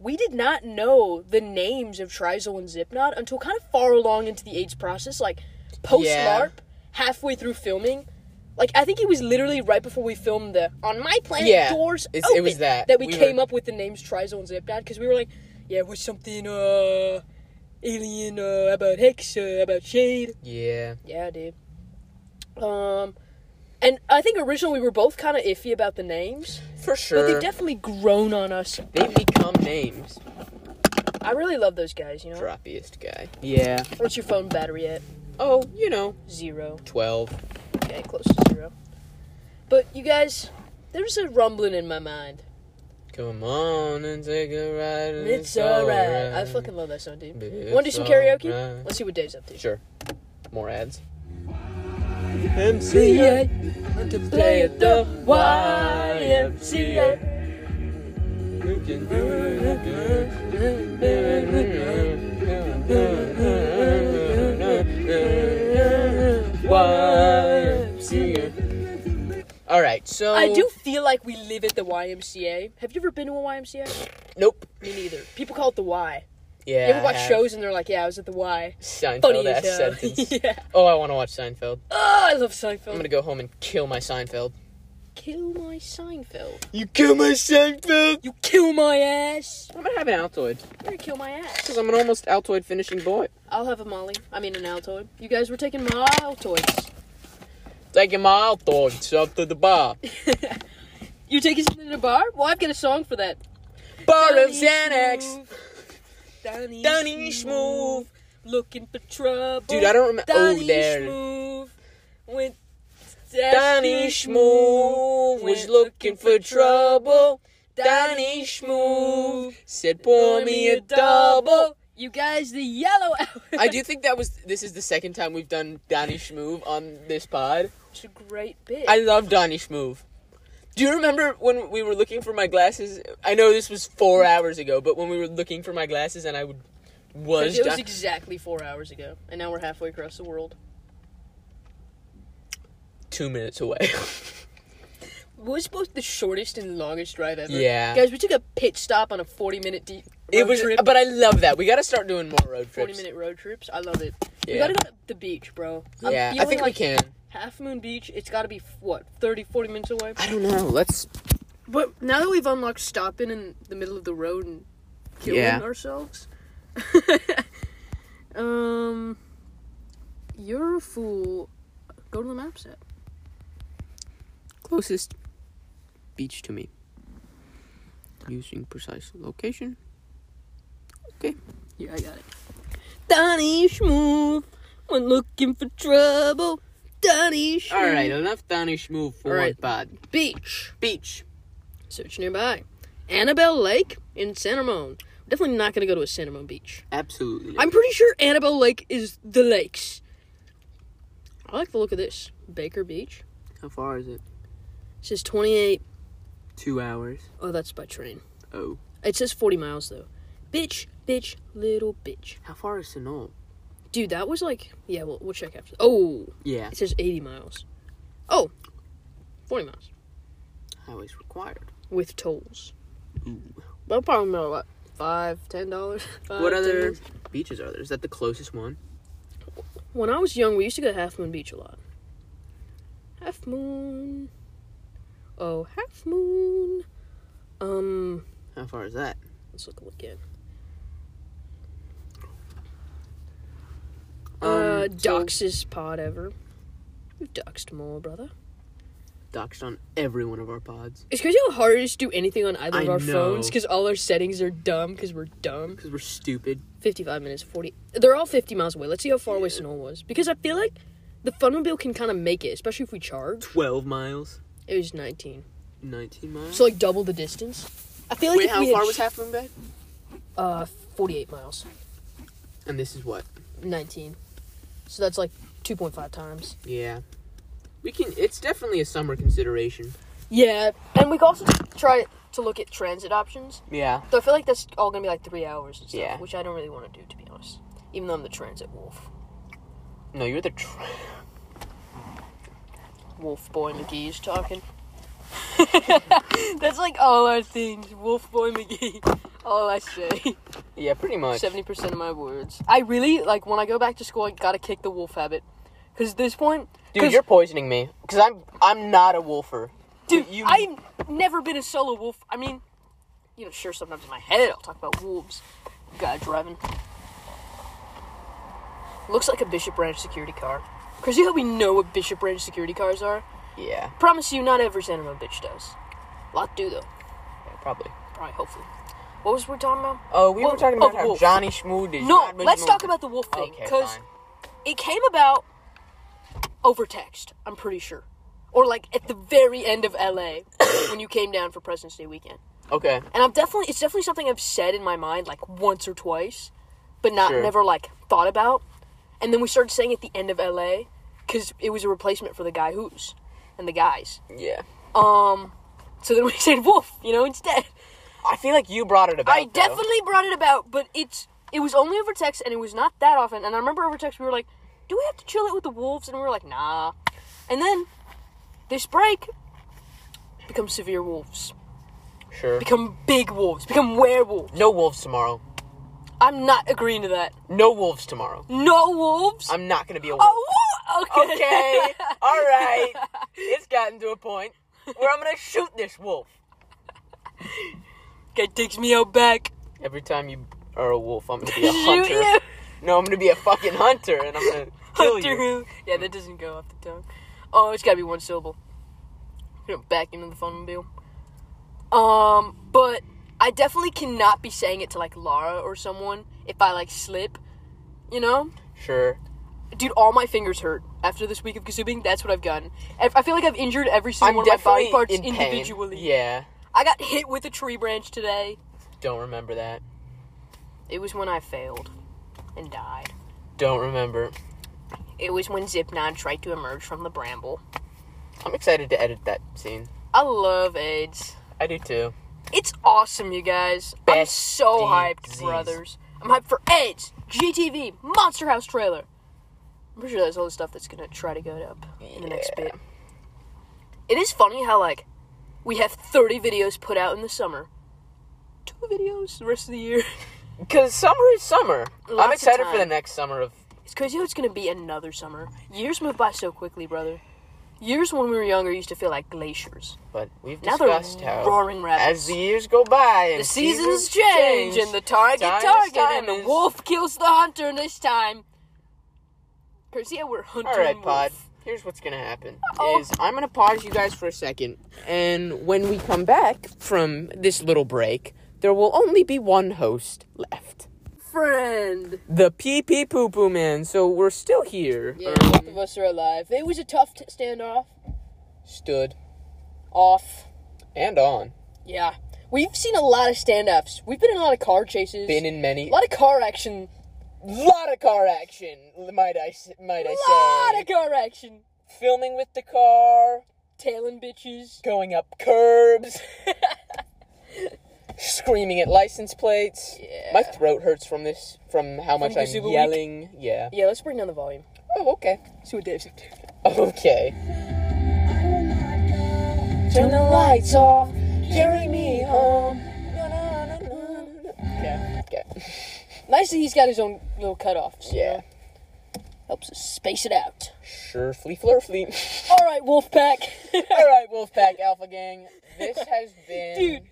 we did not know the names of Trisol and Zipnot until kind of far along into the AIDS process, like post LARP, Yeah. halfway through filming. Like I think it was literally right before we filmed the on my planet Yeah, doors it's- it was Open that. that we, We came were- up with the names Trisol and Zipnot because we were like, yeah, it was something uh alien uh, about Hex uh, about Shade. Yeah. Yeah, dude. Um, and I think originally we were both kind of iffy about the names, For but sure. they've definitely grown on us. they become names. I really love those guys. You know, Droppiest guy. Yeah. what's your phone battery at? Oh, you know, Zero. 12. Okay, close to zero. But you guys, there's a rumbling in my mind. Come on and take a ride. and It's alright. I fucking love that song, dude. It's Want to do some karaoke? alright. Let's see what Dave's up to. Sure. More ads. MCA. To play at the YMCA. All right, so I do feel like we live at the YMCA. Have you ever been to a YMCA? Nope. Me neither. People call it the Y. Yeah. You ever I watch have. shows and they're like, "Yeah, I was at the Y." Seinfeld Funny ass as hell. sentence. yeah. Oh, I want to watch Seinfeld. Oh, I love I'm Seinfeld. gonna go home and kill my Seinfeld. kill my Seinfeld. You kill my Seinfeld. You kill my ass. I'm gonna have an Altoid You're gonna kill my ass. because I'm an almost Altoid finishing boy. I'll have a Molly. I mean an Altoid. You guys were taking my Altoids. Taking my Altoids up to the bar. You taking something to the bar? Well, I've got a song for that. Bar of Donny Xanax. Smooth. Donny, Donny Smooth. Looking for trouble. Dude, I don't remember. Oh, Donny there. Smooth. Went. Donny Schmoo was was looking for trouble. Danny Schmoove said, pour me a double. You guys, the yellow hour. I do think that was, this is the second time we've done Danny Schmoove on this pod. It's a great bit. I love Danny Schmoove. Do you remember when we were looking for my glasses? I know this was four hours ago, but when we were looking for my glasses and I would, was, it was Don- exactly four hours ago, and now we're halfway across the world. two minutes away. was both the shortest and longest drive ever. Yeah. Guys, we took a pit stop on a 40 minute deep it was, trip. but I love that. We got to start doing more road 40 trips. minute road trips. I love it. We Yeah. gotta go to the beach, bro. Um, I'm yeah, I feeling think like we can. Half Moon Beach, it's gotta be, what, 30, 40 minutes away? I don't know. Let's. But now that we've unlocked stopping in the middle of the road and killing Yeah. ourselves, um, you're a fool. Go to the map set. Closest beach to me. Using precise location. Yeah, I got it. Donny Schmoof went looking for trouble. Donny Schmoof. Alright, enough Donny Schmoo for All one right. pod. Beach. Beach. Search nearby. Annabelle Lake in Santa Mon. Definitely not going to go to a Santa Mon beach. Absolutely. I'm pretty sure Annabelle Lake is the lakes. I like the look of this. Baker Beach. How far is it? It says 28. Two hours. Oh, that's by train. Oh. It says 40 miles, though. Bitch, bitch, little bitch. How far is Sinol? Dude, that was like. Yeah, we'll, we'll check after. Oh, Yeah. it says 80 miles. Oh, 40 miles. Highways required. With tolls. That'll probably be what? Five, ten dollars? what other Uh, beaches are there? Is that the closest one? When I was young, we used to go to Half Moon Beach a lot. Half Moon. Oh, Half Moon. Um, How far is that? let's look again. uh, Um, so- Doxus pod ever. We've doxed them all, brother. Doxed on every one of our pods. It's crazy how hard it is to do anything on either of I our know. phones because all our settings are dumb because we're dumb. Because we're stupid. 55 minutes, 40. They're all 50 miles away. Let's see how far away Sonol was. Because I feel like the Funmobile can kind of make it, especially if we charge. 12 miles. It was 19. 19 miles. So, like, double the distance. I feel like Wait, if how we had far ch- was Half Moon Bay? Uh, 48 miles. And this is what? 19. So that's like 2.5 times. Yeah. We can. It's definitely a summer consideration. Yeah. And we could also try to look at transit options. Yeah. So I feel like that's all gonna be like three hours and stuff, Yeah. which I don't really want to do, to be honest. Even though I'm the transit wolf. No, you're the. Tr- Wolf Boy McGee is talking. That's like all our things. Wolf Boy McGee. All I say. yeah, pretty much. Seventy percent of my words. I really like when I go back to school. I gotta kick the wolf habit. Cause at this point, Dude, 'cause- you're poisoning me. Because I'm I'm not a wolfer. dude. you- I've never been a solo wolf. I mean, you know, sure. Sometimes in my head, I'll talk about wolves. Guy driving. Looks like a Bishop Branch security car. Crazy how we know what Bishop Branch security cars are. Yeah, Promise you, not every Santa Mo bitch does. A lot do though. probably. Probably, hopefully. What was we talking about? Oh, we Well, were talking about oh, how wolf. Johnny Schmoo did. No, Rod was let's Schmoo. talk about the wolf thing Okay, because fine. it came about over text. I'm pretty sure, or like at the very end of LA when you came down for President's Day weekend. Okay, And I'm definitely it's definitely something I've said in my mind like once or twice, but not Sure. never like thought about. And then we started saying at the end of LA because it was a replacement for the guy who's and the guys. yeah. Um, so then we said wolf, you know, instead. I feel like you brought it about. I though. definitely brought it about, but it's it was only over text and it was not that often. And I remember over text we were like, "Do we have to chill it with the wolves?" And we were like, "Nah." And then this break become severe wolves, Sure. become big wolves, become werewolves. No wolves tomorrow. I'm not agreeing to that. No wolves tomorrow. No wolves. I'm not gonna be a wolf. oh, woo- okay. Okay. All right. It's gotten to a point where I'm gonna shoot this wolf. Guy takes me out back. Every time you are a wolf, I'm gonna be a Shoot hunter. you. No, I'm gonna be a fucking hunter, and I'm gonna kill Hunter you. who? Yeah, that doesn't go off the tongue. Oh, it's gotta be one syllable. You know, back into the phonebile. Um, but I definitely cannot be saying it to like Lara or someone if I like slip. You know, Sure. dude, all my fingers hurt after this week of gazoobing. That's what I've gotten. I I feel like I've injured every single I'm one of my definitely body parts in pain. individually. Yeah, I got hit with a tree branch today. don't remember that. It was when I failed and died. Don't remember. It was when Zipnod tried to emerge from the bramble. I'm excited to edit that scene. I love AIDS. I do too. It's awesome, you guys. I'm Best so hyped, disease. brothers. I'm hyped for AIDS, GTV, Monster House trailer. I'm pretty sure that's all the stuff that's gonna try to go up in the next bit. It is funny how like we have 30 videos put out in the summer, two videos the rest of the year. Because summer is summer. Lots I'm of excited for the time. next summer of. It's crazy how it's gonna be another summer. Years move by so quickly, brother. Years when we were younger used to feel like glaciers. But we've Now they're discussed how roaring rapids. as the years go by and The seasons change, and the target time is target, time and the is- wolf kills the hunter this time. Cause yeah, we're hunting. All right, Pod. wolf. Here's what's gonna happen: Uh-oh. is I'm gonna pause you guys for a second, and when we come back from this little break, there will only be one host left. friend. The pee pee poo poo man. So we're still here. Yeah, Um, both of us are alive. It was a tough t- standoff. stood Off. and on. Yeah, we've seen a lot of standoffs. We've been in a lot of car chases. Been in many. a lot of car action. lot of car action. Might I? s- Might I say? lot of car action. filming with the car, Tailing bitches. going up curbs, screaming at license plates. Yeah. My throat hurts from this, from how much Gazuba I'm Week? yelling. Yeah. Yeah, let's bring down the volume. Oh, okay. See what Dave's up to. Okay. Turn the lights off. Carry me home. Okay. Okay. Nice that he's got his own little cutoffs. you Yeah. know? Helps us space it out. Sure, flea flur flea. All right, Wolfpack. All right, Wolfpack Alpha Gang. This has been. Dude,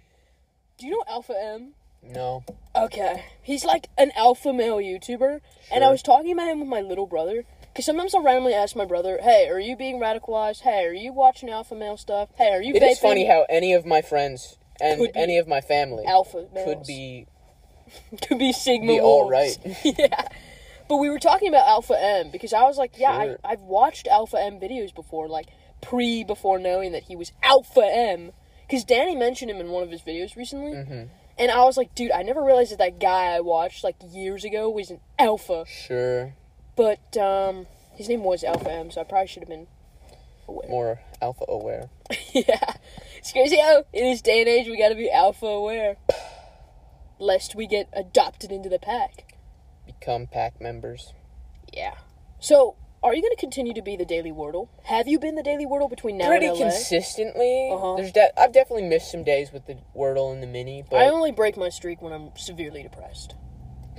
do you know Alpha M? No. Okay. He's like an alpha male YouTuber. And I was talking about him with my little brother. Because sometimes I'll randomly ask my brother, hey, are you being radicalized? Hey, are you watching alpha male stuff? Hey, are you It vaping? is funny how any of my friends and Could be any of my family alpha males could be could be Sigma the all right. wolves. yeah. But we were talking about Alpha M because I was like, yeah, Sure. I, I've watched Alpha M videos before, like pre before knowing that he was Alpha M. Because Danny mentioned him in one of his videos recently. Mm-hmm. And I was like, dude, I never realized that that guy I watched like years ago was an Alpha. Sure. But um, his name was Alpha M, so I probably should have been. More alpha aware. yeah. It's crazy how in this day and age we gotta be Alpha aware. Lest we get adopted into the pack. Become pack members. Yeah. So, are you going to continue to be the Daily Wordle? Have you been the Daily Wordle between now pretty and LA? consistently. Uh-huh. There's de- I've definitely missed some days with the Wordle and the Mini, but I only break my streak when I'm severely depressed.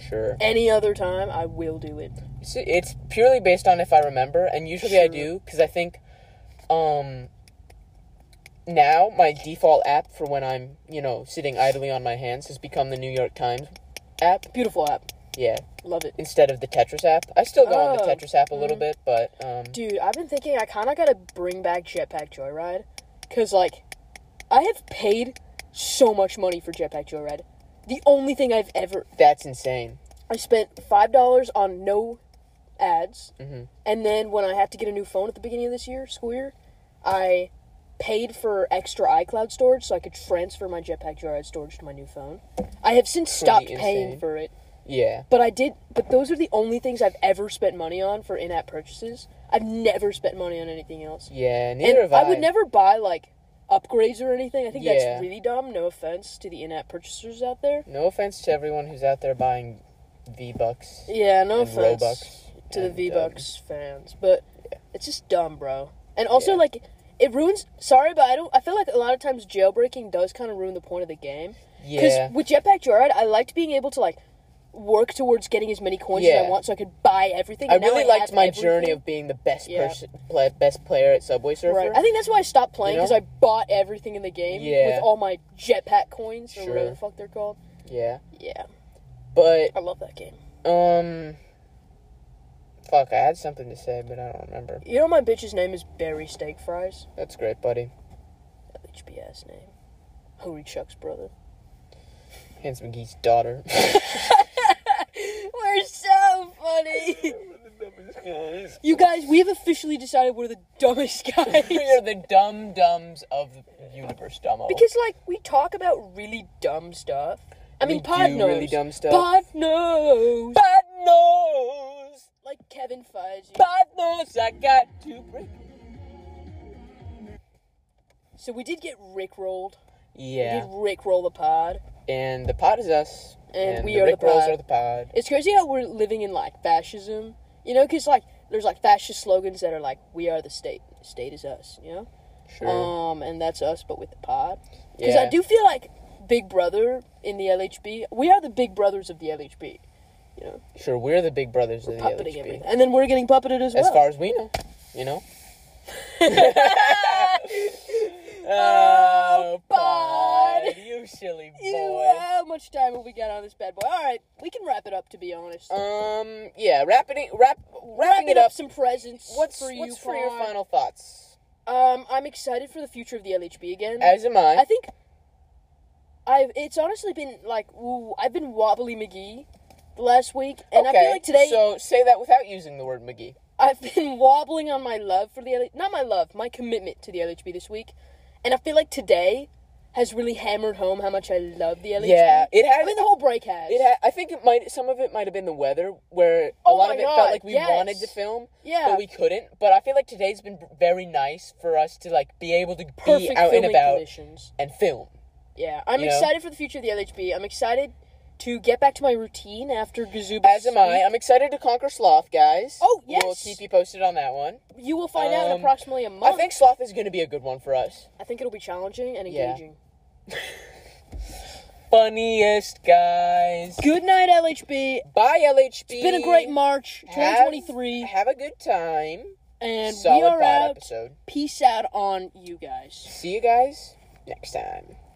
sure. Any other time, I will do it. It's, it's purely based on if I remember, and usually I do because I think, um, now my default app for when I'm you know sitting idly on my hands has become the New York Times app. Beautiful app. Yeah, Love it. instead of the Tetris app. I still go on the Oh. Tetris app a little bit, but um, Dude, I've been thinking I kind of got to bring back Jetpack Joyride. Because, like, I have paid so much money for Jetpack Joyride. The only thing I've ever. that's insane. I spent $5 on no ads. Mm-hmm. And then when I had to get a new phone at the beginning of this year, school year, I paid for extra iCloud storage so I could transfer my Jetpack Joyride storage to my new phone. I have since stopped paying insane. for it, Yeah, but I did. But those are the only things I've ever spent money on for in-app purchases. I've never spent money on anything else. yeah. Neither And of I. I would never buy like upgrades or anything. I think Yeah. that's really dumb. No offense to the in-app purchasers out there. No offense to everyone who's out there buying V bucks. Yeah, no and offense Robux to the and, um, V Bucks fans, but it's just dumb, bro. And also, like, it ruins. Sorry, but I don't. I feel like a lot of times jailbreaking does kind of ruin the point of the game. Yeah. with Jetpack Joyride, I liked being able to like work towards getting as many coins as I Yeah. want, so I could buy everything. I and now really have liked my everything. journey of being the best Yeah. person, pla best player at Subway Surfer. Right. I think that's why I stopped playing You know? because I bought everything in the game Yeah. with all my jetpack coins or whatever Sure. the fuck they're called. yeah, Yeah, but I love that game. um, fuck, I had something to say, but I don't remember. You know my bitch's name is Barry Steak Fries. That's great, buddy. HBS name. Holy Chuck's brother. Handsome Gee's daughter. We're so funny. You guys, we have officially decided we're the dumbest guys. We are the dumb dumbs of the universe, dumbo. because, like, we talk about really dumb stuff. I mean, We Pod do knows. really dumb stuff. Pod knows. bad nose, like Kevin Fudge. bad nose, I got to break. So we did get Rickrolled. We Yeah, did Rickroll the pod. and the pod is us, And we the are the Rick Rolls pod. are the pod. It's crazy how we're living in, like, fascism. You know, because, like, there's, like, fascist slogans that are, like, we are the state. The state is us, you know? Sure. Um, and that's us, but with the pod. Because I Yeah. do feel like Big Brother in the LHB, we are the Big Brothers of the LHB. You know, Sure, we're the big brothers of the puppeting LHB. everything, and then we're getting puppeted as well. As far as we know, you know. oh, bud. you silly boy. Ew, how much time have we got on this bad boy? All right, we can wrap it up. To be honest, Um, yeah, wrapping it, wrap, wrapping wrapping it up. Some presents. what's for you? what's for your Fawn. final thoughts? Um, I'm excited for the future of the LHB again. As am I. I think I've. It's honestly been like ooh, I've been wobbly McGee the last week, and I feel like today So say that without using the word McGee. I've been wobbling on my love for the LH- not my love, my commitment to the LHB this week, and I feel like today has really hammered home how much I love the LHB. Yeah, it has- I mean, the whole break has. It. Ha- I think it might. Some of it might have been the weather, where a Oh lot my of it God, felt like we yes. wanted to film, Yeah. but we couldn't. But I feel like today's been very nice for us to like be able to perfect be out and filming about conditions. and film. Yeah, I'm You know? excited for the future of the LHB. I'm excited to get back to my routine after Gazuba. As am I. I'm excited to conquer Sloth, guys. Oh, We'll yes. keep you posted on that one. You will find out in Um, approximately a month. I think Sloth is going to be a good one for us. I think it'll be challenging and Yeah. engaging. Funniest guys. Good night, LHB. Bye, LHB. It's been a great March Have- 2023, Have, a good time. and we Solid are pod out. episode. Peace out on you guys. See you guys next time.